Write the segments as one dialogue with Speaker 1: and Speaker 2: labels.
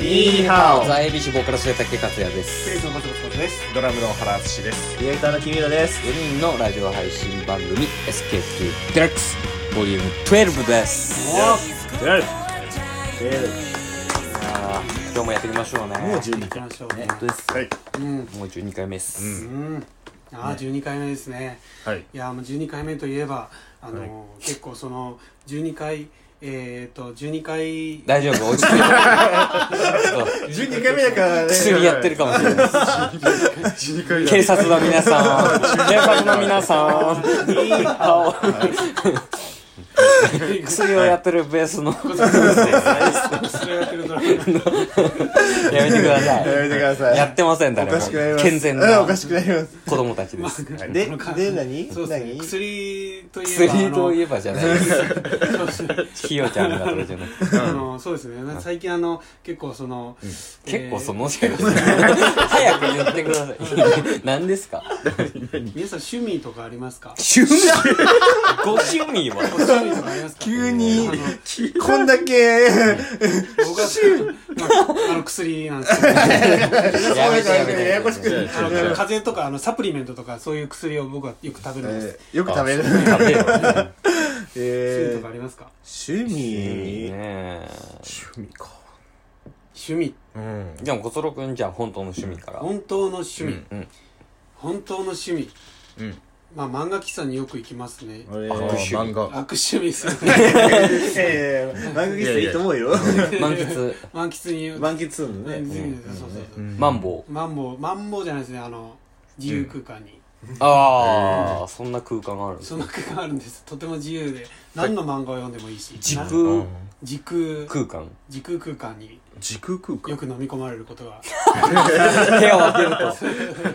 Speaker 1: イハオ
Speaker 2: ザエビシボーカル末竹克也です
Speaker 3: スレイズのボツボツボツです。
Speaker 4: ドラムの原敦です。
Speaker 1: ディレクターの君浦です
Speaker 2: 4人のラジオ配信番組 SK2 デラックスボリューム12です
Speaker 3: おお、
Speaker 1: やる
Speaker 2: 今日もやっていきましょうね
Speaker 1: もう12
Speaker 3: 行き
Speaker 1: 回
Speaker 3: ましょうね。
Speaker 2: 本当です
Speaker 4: はい。
Speaker 3: うん、
Speaker 2: もう12回目です、
Speaker 3: うん。ああ、十二回目ですね。
Speaker 4: はい。
Speaker 3: いやー、もう十二回目といえば、あのー
Speaker 4: はい
Speaker 3: 結構その十二回えっ、ー、と十二 回
Speaker 2: 大丈夫落ち着いてそう
Speaker 1: 12回目だからね
Speaker 2: 薬やってるかもしれない
Speaker 4: 12回
Speaker 2: 警察の皆さん警察の皆さんいい顔薬をやってるベースの
Speaker 3: それをやってるドラマの
Speaker 2: やめてください
Speaker 1: やめてください
Speaker 2: やってません
Speaker 1: お
Speaker 2: 誰も
Speaker 1: かしくなります
Speaker 2: 健全
Speaker 1: うん
Speaker 2: な
Speaker 1: おか
Speaker 2: 子
Speaker 1: しくなります
Speaker 2: 供たちです
Speaker 1: で、で、何
Speaker 3: そうですね。
Speaker 1: 何
Speaker 3: 薬といえば
Speaker 2: 薬とい
Speaker 3: え
Speaker 2: えばじゃないですひよちゃんがそれじゃ ない
Speaker 3: ばあのそうですね。最近あの結構その、
Speaker 2: 結構そ
Speaker 3: の
Speaker 2: のしか言わない早く言ってください 何ですか
Speaker 3: 皆さん趣味とかありますか？
Speaker 2: 趣味ご趣味は
Speaker 3: 趣味とかありますか？
Speaker 1: 急に
Speaker 3: あの
Speaker 1: こんだけ
Speaker 3: 僕は、まあ、あの薬なんですけど。
Speaker 2: やめてやめて
Speaker 1: ややこしくなる
Speaker 3: あの風邪とかあのサプリメントとかそういう薬を僕はよく食べるんです。
Speaker 1: えーよく食べる
Speaker 2: 食べよ
Speaker 3: そういう
Speaker 1: え
Speaker 3: のとかありますか？
Speaker 1: ー趣味
Speaker 2: ね
Speaker 1: 趣味か
Speaker 3: 趣味
Speaker 4: うん。
Speaker 2: えでも小揃くんじゃん本当の趣味から
Speaker 3: 本当の趣味、
Speaker 2: うん
Speaker 3: 本当の趣味、
Speaker 4: うん
Speaker 3: まあ漫画喫茶によく行きますね。
Speaker 1: 俺
Speaker 4: あ
Speaker 2: 趣味
Speaker 4: 漫画。
Speaker 3: 悪趣味ですね。
Speaker 1: いやいや漫画喫茶いいと思うよ
Speaker 2: 満喫
Speaker 3: 満喫に言う。
Speaker 1: 満喫するの
Speaker 3: 満喫
Speaker 1: ね
Speaker 3: に言うそうそうそう。
Speaker 2: マンボウ
Speaker 3: マンボウマンボウじゃないですねあの自由空間に、
Speaker 2: ああそんな空間があるんです
Speaker 3: そんな空間があるんです。とても自由で何の漫画を読んでもいいし。
Speaker 2: 時
Speaker 3: な
Speaker 2: 空
Speaker 3: 時空
Speaker 2: 空間
Speaker 3: 時空空間に
Speaker 4: 時空空間。
Speaker 3: よく飲み込まれることが。
Speaker 2: 部屋を開けると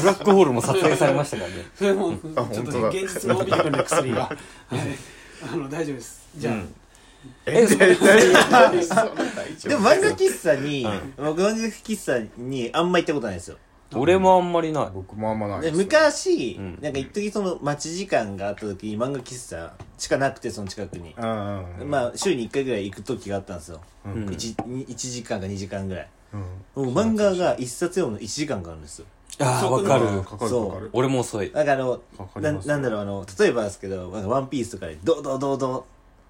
Speaker 2: ブラックホールも撮影されましたからね
Speaker 3: それ もちょ
Speaker 4: あ
Speaker 3: っと
Speaker 4: 本当だ
Speaker 3: 現実に帯びてくるね薬がはいあの大丈夫ですじゃあ、
Speaker 2: えそ
Speaker 1: でも漫画喫茶に僕漫画喫茶にあんま行ったことないんですよ
Speaker 2: 俺もあんまりない
Speaker 4: 僕もあんまない
Speaker 1: で
Speaker 4: です。
Speaker 1: 昔、
Speaker 2: うん
Speaker 1: なんか一時その待ち時間があった時に漫画喫茶しかなくてその近くに、
Speaker 4: ああ。あ。
Speaker 1: まあ週に1回ぐらい行く時があったんですよ、
Speaker 4: うん
Speaker 2: うん
Speaker 1: 一に 1, 時間か2時間ぐらい
Speaker 4: うん。
Speaker 1: もう漫画が1冊読むの1時間かかるんですよ
Speaker 2: ああわかる
Speaker 4: かかる
Speaker 1: そう
Speaker 4: かかる。
Speaker 2: 俺も遅い
Speaker 1: なんかあの
Speaker 4: かか
Speaker 1: な
Speaker 4: ります
Speaker 1: なんだろうあの例えばですけど「なんかワンピースとかで「ドドドド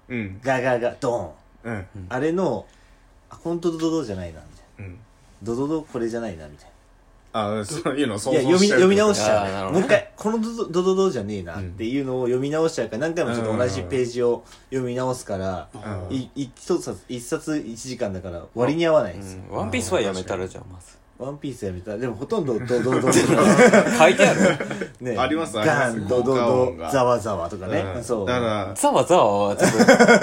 Speaker 4: うん。
Speaker 1: ガガガドーン
Speaker 4: うん。」
Speaker 1: あれの「あほんとドドドじゃないな」みたいな
Speaker 4: うん。
Speaker 1: 「ドドドこれじゃないな」みたいな
Speaker 4: あそういうの想
Speaker 1: い
Speaker 4: 像
Speaker 1: や読み読み直しち
Speaker 2: あーなる
Speaker 1: ゃ
Speaker 2: ほ
Speaker 1: うも
Speaker 2: ど
Speaker 1: う一回このドドドドドじゃねえなっていうのを読み直しちゃうから何回もちょっと同じページを読み直すから、
Speaker 4: うん
Speaker 1: いい一冊一冊1時間だから割に合わないん
Speaker 2: う
Speaker 1: ですよ、
Speaker 2: んワンピースはやめたらじゃあま ず
Speaker 1: ワンピースやめたらでもほとんどドド ドド
Speaker 2: 書いてある
Speaker 1: ね
Speaker 4: ありますありま
Speaker 1: ガ
Speaker 4: す
Speaker 1: ンドド
Speaker 4: 効果
Speaker 1: ド
Speaker 4: 音が
Speaker 1: ザワザワとかね、
Speaker 4: うん
Speaker 1: そう
Speaker 4: だか
Speaker 2: ざわざわはちょっと合ってるか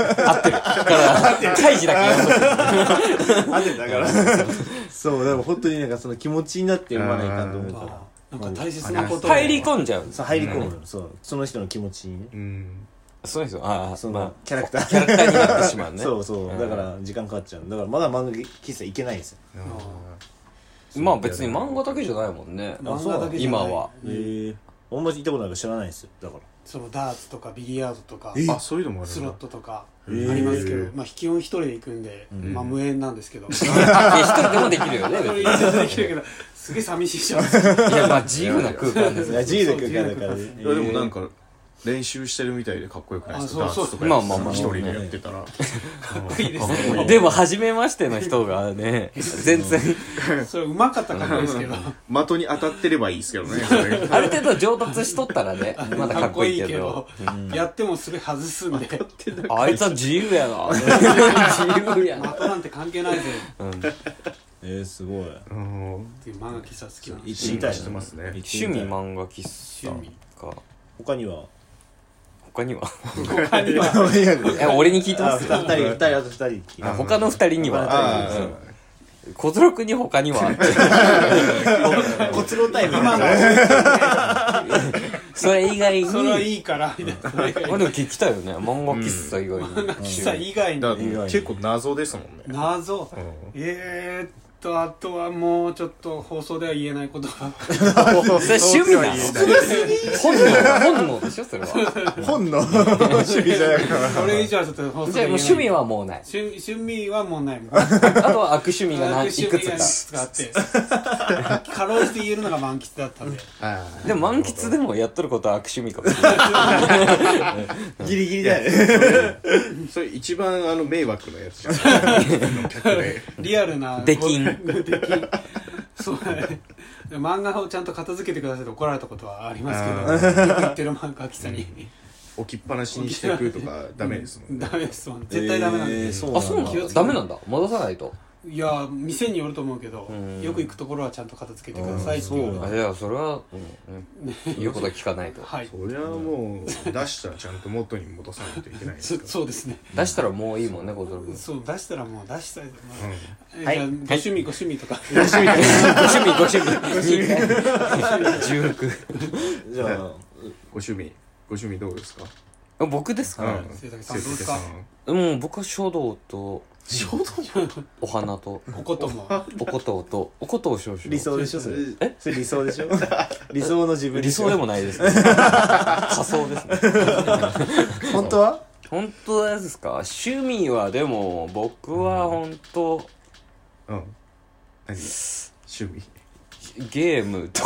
Speaker 2: ら大事だけ読んど
Speaker 1: あてだから そうでも本当になんかその気持ちになって読まないかんと思うから
Speaker 3: なんか大切なこと
Speaker 2: く入り込んじゃう
Speaker 1: そう入り込むの、そうその人の気持ちにね
Speaker 4: ら。うん。
Speaker 2: そうですよああ
Speaker 1: そ
Speaker 2: ま
Speaker 1: のキャラクター
Speaker 2: あキャラクターになってしまう ね
Speaker 1: そうそう、
Speaker 2: ん
Speaker 1: だから時間かかっちゃうだからまだ漫画喫茶行けないんですよ
Speaker 2: まあ別に漫画だけじゃないもんね
Speaker 3: 漫画だけじゃない
Speaker 2: 今は
Speaker 1: へえあんまり行ったことないから知らないんですよだから
Speaker 3: そのダーツとかビリヤードとか
Speaker 4: あ、そういうのもある
Speaker 3: スロッ
Speaker 4: な。
Speaker 3: トとかあ
Speaker 1: ー
Speaker 3: りますけど、まあ基本一人で行くんで、まあ無縁なんですけど一人
Speaker 2: あ一人でもできるよね別
Speaker 3: でで
Speaker 2: に
Speaker 3: きるけどすげえ寂しいじゃん
Speaker 2: いやまあ 自由な空間です
Speaker 1: いや自由で空間だからね
Speaker 4: いやでもなんか練習してるみたいでかっこよくないですか
Speaker 3: あそう
Speaker 4: ダンス
Speaker 3: そう
Speaker 4: とかやって
Speaker 2: まあまあまあ
Speaker 4: 一人でやってたら
Speaker 3: いいですね
Speaker 2: でも初めましての人が ね全然
Speaker 3: それうまかったらかっこいいですけ ど
Speaker 4: 的に当たってればいいですけどね
Speaker 2: ある程度上達しとったらねまだかっこいいけど
Speaker 3: かっこいいけどやってもすぐ外すんで的
Speaker 2: あいつは 自由やな自由やな
Speaker 3: なんて関係ないぜ
Speaker 1: えー、すごい
Speaker 4: うん
Speaker 3: っていう漫画喫茶好きなんで
Speaker 1: 行ってみたいな
Speaker 4: してますね
Speaker 1: 行っ
Speaker 2: 趣
Speaker 1: てみ
Speaker 2: 味
Speaker 1: たい
Speaker 2: 漫画喫茶
Speaker 3: 趣味
Speaker 2: か
Speaker 1: 他には
Speaker 2: 他には
Speaker 3: 他には
Speaker 1: とにかく
Speaker 2: え俺に聞いてます
Speaker 1: 2人2人あと2人
Speaker 2: あ他の二人に
Speaker 4: あ
Speaker 2: はうん小鶴君に他には
Speaker 1: こつろタイム
Speaker 3: 今の
Speaker 2: それ以外に
Speaker 3: それはいいからみたいなそれ以外に
Speaker 2: まあでも聞きたいよね漫画喫茶以外に
Speaker 3: 喫茶以外に
Speaker 4: だから結構謎ですもんね
Speaker 3: 謎ええとあとはもうちょっと放送では言えないことばっ かり
Speaker 2: それ趣味な
Speaker 4: そう
Speaker 2: の本能本能でしょそれは
Speaker 1: 本の趣味じゃないから
Speaker 3: それ以上はちょっと放送
Speaker 2: じゃ
Speaker 3: で
Speaker 2: あも
Speaker 3: 言えない
Speaker 2: う趣味はもう ない
Speaker 3: 趣味趣味はもうないもん
Speaker 2: あとは悪趣味がない
Speaker 3: 私
Speaker 2: いくつ
Speaker 3: 趣
Speaker 2: か
Speaker 3: 味があってかろうじて言えるのが満喫だったん で
Speaker 4: あ
Speaker 2: でも満喫でもやっとることは悪趣味かもしれない
Speaker 1: ギリギリだよね
Speaker 4: ーそれ一番あの迷惑なやつじゃ ん客で
Speaker 3: リアルな
Speaker 2: でき ん
Speaker 3: できんそうだねで漫画をちゃんと片付けてくださいと怒られたことはありますけど言ってる漫画きさんに
Speaker 4: 置きっぱなしにしていくとかダメですもんね
Speaker 3: ダメですもん絶対ダメなん
Speaker 1: えー
Speaker 3: で
Speaker 1: そう
Speaker 2: あそうな
Speaker 1: だ
Speaker 3: 気を
Speaker 2: ん
Speaker 3: つけ
Speaker 2: だダメなんだ戻さないと
Speaker 3: いや店によると思うけど
Speaker 2: うん
Speaker 3: よく行くところはちゃんと片付けてくださいっていう
Speaker 1: うん
Speaker 3: の
Speaker 1: そ
Speaker 2: あ
Speaker 3: はい
Speaker 2: やそれは、うんうん、言うことは聞かないと
Speaker 3: はい
Speaker 4: そりゃもう出したらちゃんと元に戻さないといけないです
Speaker 3: そ
Speaker 4: から
Speaker 3: そうですね
Speaker 2: 出したらもういいもんね小太郎君
Speaker 3: そう出したらもう出したいまあえ
Speaker 4: うん
Speaker 2: はい
Speaker 3: じゃあご
Speaker 2: はい
Speaker 3: 趣味ご趣味とか
Speaker 2: ご趣味ご趣味1
Speaker 1: じゃあ
Speaker 4: ご趣味ご趣味どうですか
Speaker 2: 6僕ですか、
Speaker 4: うん
Speaker 3: 清武さんどうですか
Speaker 4: 清武さん
Speaker 2: もう僕は書道と
Speaker 1: 衝動
Speaker 2: お花と
Speaker 3: おことも
Speaker 2: おこととおことを少々
Speaker 1: 理想でしょそれ
Speaker 2: え
Speaker 1: それ理想でしょ 理想の自分
Speaker 2: 理想でも
Speaker 1: ない
Speaker 2: ないですね仮想ですね
Speaker 1: 本当は
Speaker 2: 本当ですか趣味はでも僕は本当
Speaker 4: うん何趣味
Speaker 2: ゲームと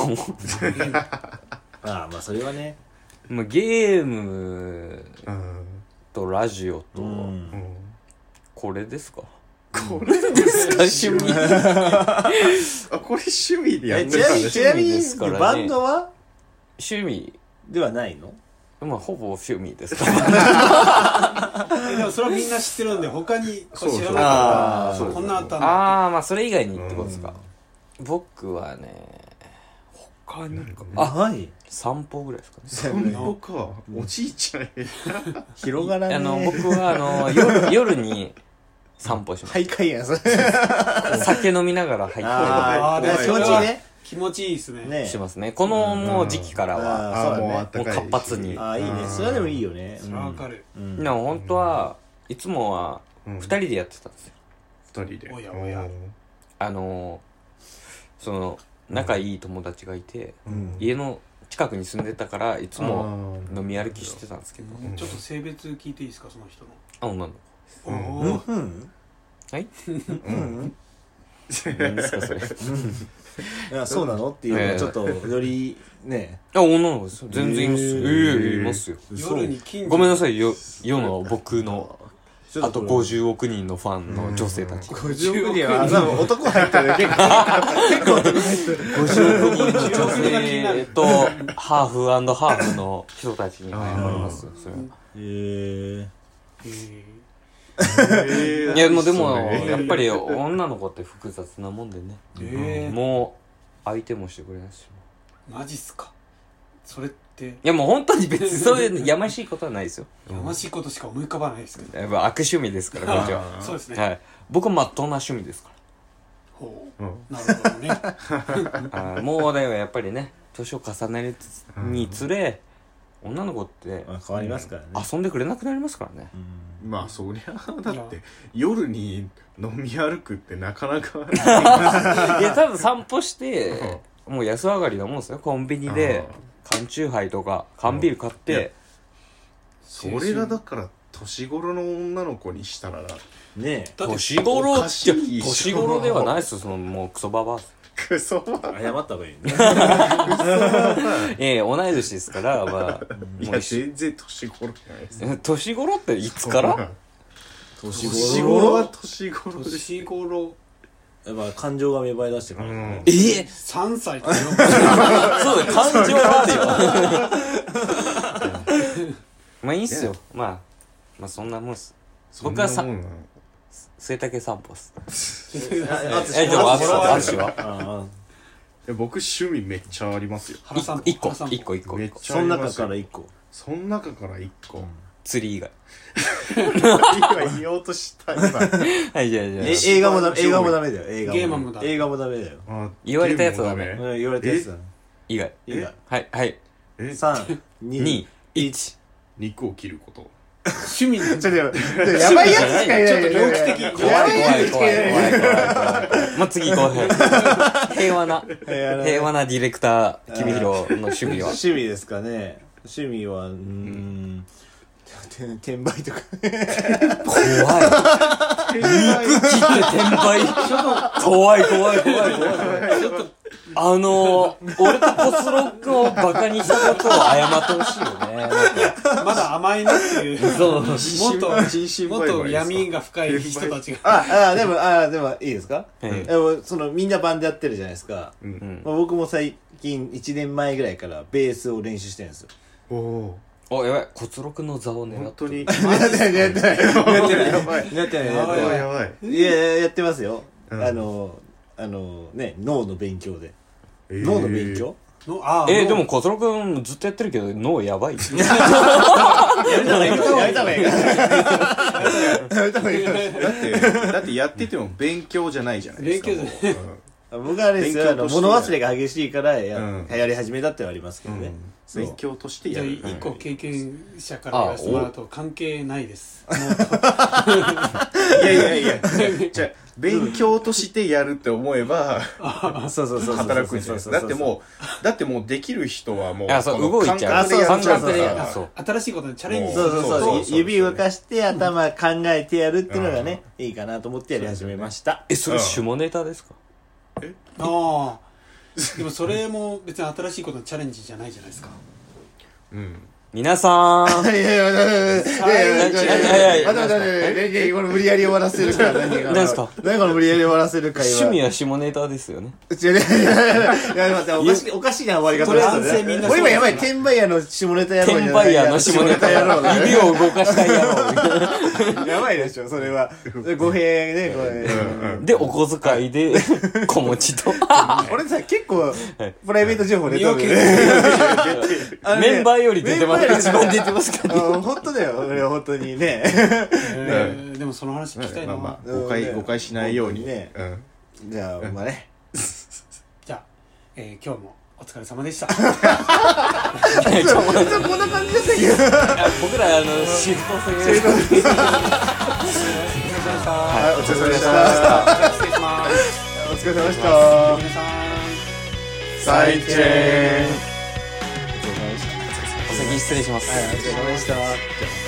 Speaker 1: ああまあそれはね
Speaker 2: まあゲーム
Speaker 4: うん
Speaker 2: とラジオと
Speaker 4: うん
Speaker 2: これですか
Speaker 4: こ れ
Speaker 2: 趣味
Speaker 4: あこれ趣味でやっ
Speaker 1: え
Speaker 4: て
Speaker 1: ち
Speaker 4: た
Speaker 1: なんみ
Speaker 4: で
Speaker 1: に
Speaker 4: す
Speaker 1: ちなみ
Speaker 2: 趣味ですから
Speaker 1: に
Speaker 2: ね
Speaker 1: バンドは
Speaker 2: 趣味
Speaker 1: ではないの
Speaker 2: まあほぼ趣味ですから
Speaker 3: えでもそれはみんな知ってるんで他にこう知らなか
Speaker 1: あー
Speaker 3: った
Speaker 1: そう
Speaker 3: らこんなあったんだ
Speaker 2: ああまあそれ以外にってことですか僕はね他にかあ
Speaker 1: はい
Speaker 2: 散歩ぐらいですかね
Speaker 4: 散歩かおじいちゃんへ
Speaker 1: 広がらね
Speaker 2: あの僕はあの夜夜に散歩します、
Speaker 1: 徘徊やんそれ
Speaker 2: 酒飲みながら入っ
Speaker 1: あ
Speaker 3: ー
Speaker 1: あ気持ちいいね
Speaker 3: 気持ちいいですね
Speaker 2: て
Speaker 1: ね
Speaker 2: しますねこのもう時期からは
Speaker 1: あーそうだね
Speaker 4: あったかいし
Speaker 2: もう活発に
Speaker 1: ああいいねそれはでもいいよね
Speaker 3: それはわかる、
Speaker 1: うん
Speaker 2: でも本当はいつもは
Speaker 4: うん
Speaker 2: 2人でやってたんですよ
Speaker 4: 二人で
Speaker 3: おやおや
Speaker 2: あのーその仲いい友達がいて
Speaker 4: うん
Speaker 2: 家の近くに住んでたからいつも飲み歩きしてたんですけど
Speaker 4: ん
Speaker 3: ちょっと性別聞いていいですかその人の
Speaker 2: あ女の
Speaker 4: うん
Speaker 3: おー
Speaker 1: うん
Speaker 2: はい
Speaker 1: うん
Speaker 2: 何ですかそれ
Speaker 1: いやそうなのっていうのがちょっとよりね
Speaker 2: あ女の子ですよ全然いますよ
Speaker 1: へ
Speaker 2: い
Speaker 1: ー
Speaker 2: やいやいますよ
Speaker 3: 夜に近所
Speaker 2: ごめんないさいよ世の僕の
Speaker 1: ちょ
Speaker 2: あ
Speaker 1: っ
Speaker 2: と
Speaker 1: これ
Speaker 2: 50億人のファンの女性たち
Speaker 1: 50億人は多分男入ったら結構結構男入ってる
Speaker 2: 50億人の女性とハーフハーフの人たちに謝りますよそれは
Speaker 1: へえ
Speaker 2: いやもうでも
Speaker 4: そうね
Speaker 2: やっぱり女の子って複雑なもんでね
Speaker 3: えー、
Speaker 2: もう相手もしてくれないし
Speaker 3: マジっすかそれって
Speaker 2: いやもう本当に別にそういうやましいことはないですよ
Speaker 3: やましいことしか思い浮かばないですけど、
Speaker 2: やっぱ悪趣味ですからこっちは
Speaker 3: そうですね、
Speaker 2: はい僕はまっとうな趣味ですか
Speaker 3: ほ
Speaker 4: うん
Speaker 3: うなるほ どね
Speaker 2: らあーもうだよやっぱりね年を重ねるつにつれ女の子って
Speaker 1: まあ変わりますからね
Speaker 2: 遊んでくれなくなりますからね
Speaker 1: うん
Speaker 4: まあそりゃだ
Speaker 3: い
Speaker 4: っ
Speaker 3: や
Speaker 4: て夜に飲み歩くってなかなか
Speaker 2: いや多分散歩してもう安上がりなもんですよコンビニで缶チューハイとか缶ビール買っ
Speaker 4: うんいや
Speaker 2: て
Speaker 4: それがだから年頃の女の子にしたら
Speaker 1: ね
Speaker 3: だって
Speaker 2: 年頃
Speaker 4: お
Speaker 2: って
Speaker 4: かしいでしょ
Speaker 2: 年頃ではないっすよそのもうクソババアっす
Speaker 4: クソは
Speaker 1: え謝った方がいいね
Speaker 2: ええ同い年ですからまあ
Speaker 4: い
Speaker 2: もう
Speaker 4: や
Speaker 2: 一
Speaker 4: 全然年頃じゃないです
Speaker 2: 緒年頃っていつから
Speaker 1: 年
Speaker 4: 年頃
Speaker 1: 頃
Speaker 4: は
Speaker 1: は
Speaker 4: 年頃で
Speaker 3: 年頃
Speaker 1: やっぱ感情が芽生え出してくるからね
Speaker 4: う
Speaker 2: え
Speaker 4: ん
Speaker 2: え
Speaker 3: 3歳と4
Speaker 2: そうだ感情があるよまあいいっすよまあまあそんなもんっす僕はさ
Speaker 4: そんなもんなの
Speaker 2: 末竹散歩っす
Speaker 1: ああつし
Speaker 2: えでも
Speaker 1: あつし
Speaker 2: あつしは
Speaker 1: ああ
Speaker 4: いや僕趣味めっちゃありますよ
Speaker 3: 原さん
Speaker 2: 一個
Speaker 3: 原さん
Speaker 2: 一個一個
Speaker 4: め
Speaker 2: 一
Speaker 4: っ
Speaker 2: 個
Speaker 4: ちゃ
Speaker 1: そ
Speaker 4: あり
Speaker 1: の
Speaker 4: ま
Speaker 1: 中
Speaker 4: す
Speaker 1: から
Speaker 4: よ
Speaker 1: 一個
Speaker 4: その中から1個
Speaker 2: 釣り以外
Speaker 4: 今言おうとした今
Speaker 2: はいじゃあじゃあ
Speaker 1: え映画もダメ映画もダメだよ映画
Speaker 3: ゲームもダメ
Speaker 1: 映画もダメだよ
Speaker 4: あ
Speaker 2: 言われたやつはダメ
Speaker 4: でも
Speaker 1: うん言われたやつだ
Speaker 2: 以外
Speaker 1: いいか
Speaker 2: はいはい
Speaker 4: え
Speaker 1: 三二
Speaker 2: 21
Speaker 4: 肉を切ること
Speaker 3: 趣味なん
Speaker 1: ち
Speaker 3: で
Speaker 1: ょっとやばいやばいやつしかいない
Speaker 3: ちょっと猟奇的
Speaker 1: やばいや
Speaker 2: 怖
Speaker 1: つ
Speaker 2: い
Speaker 1: しか
Speaker 2: 怖い怖怖い怖い。
Speaker 1: いないい
Speaker 2: もう次行こう。 平和な、
Speaker 1: 平和な
Speaker 2: 平和なディレクター、君広の趣味は。
Speaker 1: 趣味ですかね趣味はうーんて転売とか
Speaker 2: 怖い。肉切って転売。怖い怖い怖い怖い。
Speaker 3: ちょっと
Speaker 2: あのー、俺とコスロックをバカにしたことを謝ってほしいよねなんか。
Speaker 3: まだ甘いなって いう
Speaker 2: そう
Speaker 3: もっと
Speaker 4: 人身
Speaker 3: もっ
Speaker 4: 売買ですか
Speaker 3: と闇が深い人たちが
Speaker 1: ああで もあでもいいですか、
Speaker 2: ええ
Speaker 1: でもそのみんなバンドやってるじゃないですか、
Speaker 4: う
Speaker 2: うんん
Speaker 1: まあ、僕も最近1年前ぐらいからベースを練習してるんですよ
Speaker 4: おお
Speaker 2: お、やばい、コツロクの座を狙っ
Speaker 4: 本
Speaker 2: て
Speaker 4: 当 に
Speaker 1: やってないやってないやってない
Speaker 4: やばい
Speaker 1: やってない
Speaker 4: やばい
Speaker 1: や
Speaker 4: やばい
Speaker 1: ってないいやいややってますよ、
Speaker 4: うん
Speaker 1: あのあのね脳の勉強で、
Speaker 4: えー
Speaker 1: 脳の勉強
Speaker 3: のあ
Speaker 2: えー、で
Speaker 3: もう
Speaker 2: もコツロくんずっとやってるけど、脳やばい。
Speaker 1: やめた方がいいかもやめた方がいいかもやめた方がいいかも
Speaker 4: だってだってやってても勉強じゃないじゃないですか
Speaker 3: 勉強
Speaker 4: じゃない
Speaker 1: 僕はあれですよあ
Speaker 4: 勉
Speaker 1: の
Speaker 4: 強として
Speaker 1: 物忘れが激しいからや,、
Speaker 4: うん
Speaker 1: やり始めたってのはありますけどね、そう
Speaker 4: 勉強として
Speaker 3: じ
Speaker 4: や
Speaker 3: ゃあ
Speaker 4: る
Speaker 3: 一個経験者から言わせてもらうと関係ないです
Speaker 4: いやいやいやじゃあ勉強としてやるって思えば
Speaker 1: そうそうそうそう
Speaker 4: 働くんじゃないですかだってもうだってもうできる人はもう
Speaker 2: あそう
Speaker 4: この
Speaker 2: 動いちゃう
Speaker 4: 感覚でやっ
Speaker 1: あ
Speaker 4: ちゃう
Speaker 1: そうそうそうそう
Speaker 4: から
Speaker 2: そう
Speaker 3: 新しいことにチャレンジす
Speaker 1: そう
Speaker 3: る
Speaker 1: そうそう
Speaker 4: そうそうそう
Speaker 1: 指動かして頭考えてやるっていうのがね、いいかなと思ってやり始めました
Speaker 2: え、それ下ネタですか
Speaker 3: ああでもそれも別に新しいことのチャレンジじゃないじゃない ですか
Speaker 4: うん
Speaker 2: 皆さーん。
Speaker 1: いやいやいやいやいやいやいやいや待って待って待ってこれ無理やり終わらせるから何が
Speaker 2: 何すか
Speaker 1: 何この無理やり終わらせる会話
Speaker 2: 趣味は下ネタですよね。
Speaker 1: いやいやいやいやいや待っておかしいおかしいな終わり方
Speaker 3: これ男性みんなそう
Speaker 1: 俺今やばい転売屋の下ネタやろう
Speaker 2: テンパイヤーの下ネタ
Speaker 1: やろう
Speaker 2: 指を動かしたいやろみたいな。
Speaker 1: やばいでしょそれは語弊ねこれ
Speaker 2: で、お小遣い で、小持ちと。
Speaker 1: 俺さ結構プライベート情報出てるよね
Speaker 3: 身を
Speaker 1: あのね
Speaker 2: メンバーより出てます。
Speaker 1: メンバーよ
Speaker 2: 一番
Speaker 1: り
Speaker 2: 出てますからね。
Speaker 1: あ本当だよ俺は本当にね
Speaker 3: えーでもその話聞きたい
Speaker 4: ま
Speaker 3: な
Speaker 4: あまあ
Speaker 1: うん
Speaker 4: 誤解誤解しないように
Speaker 1: ね
Speaker 4: うん
Speaker 1: じゃあまあね
Speaker 3: じゃあえー今日もお疲れ様でした
Speaker 1: そう本当こんな感じだったけど
Speaker 2: あ僕ら、あの、シフト制。
Speaker 1: はいお疲れ様でした
Speaker 3: 失礼します
Speaker 1: お疲れ様でした
Speaker 3: 皆さん
Speaker 1: 再見お疲れ
Speaker 2: お先失礼します。
Speaker 1: 様でした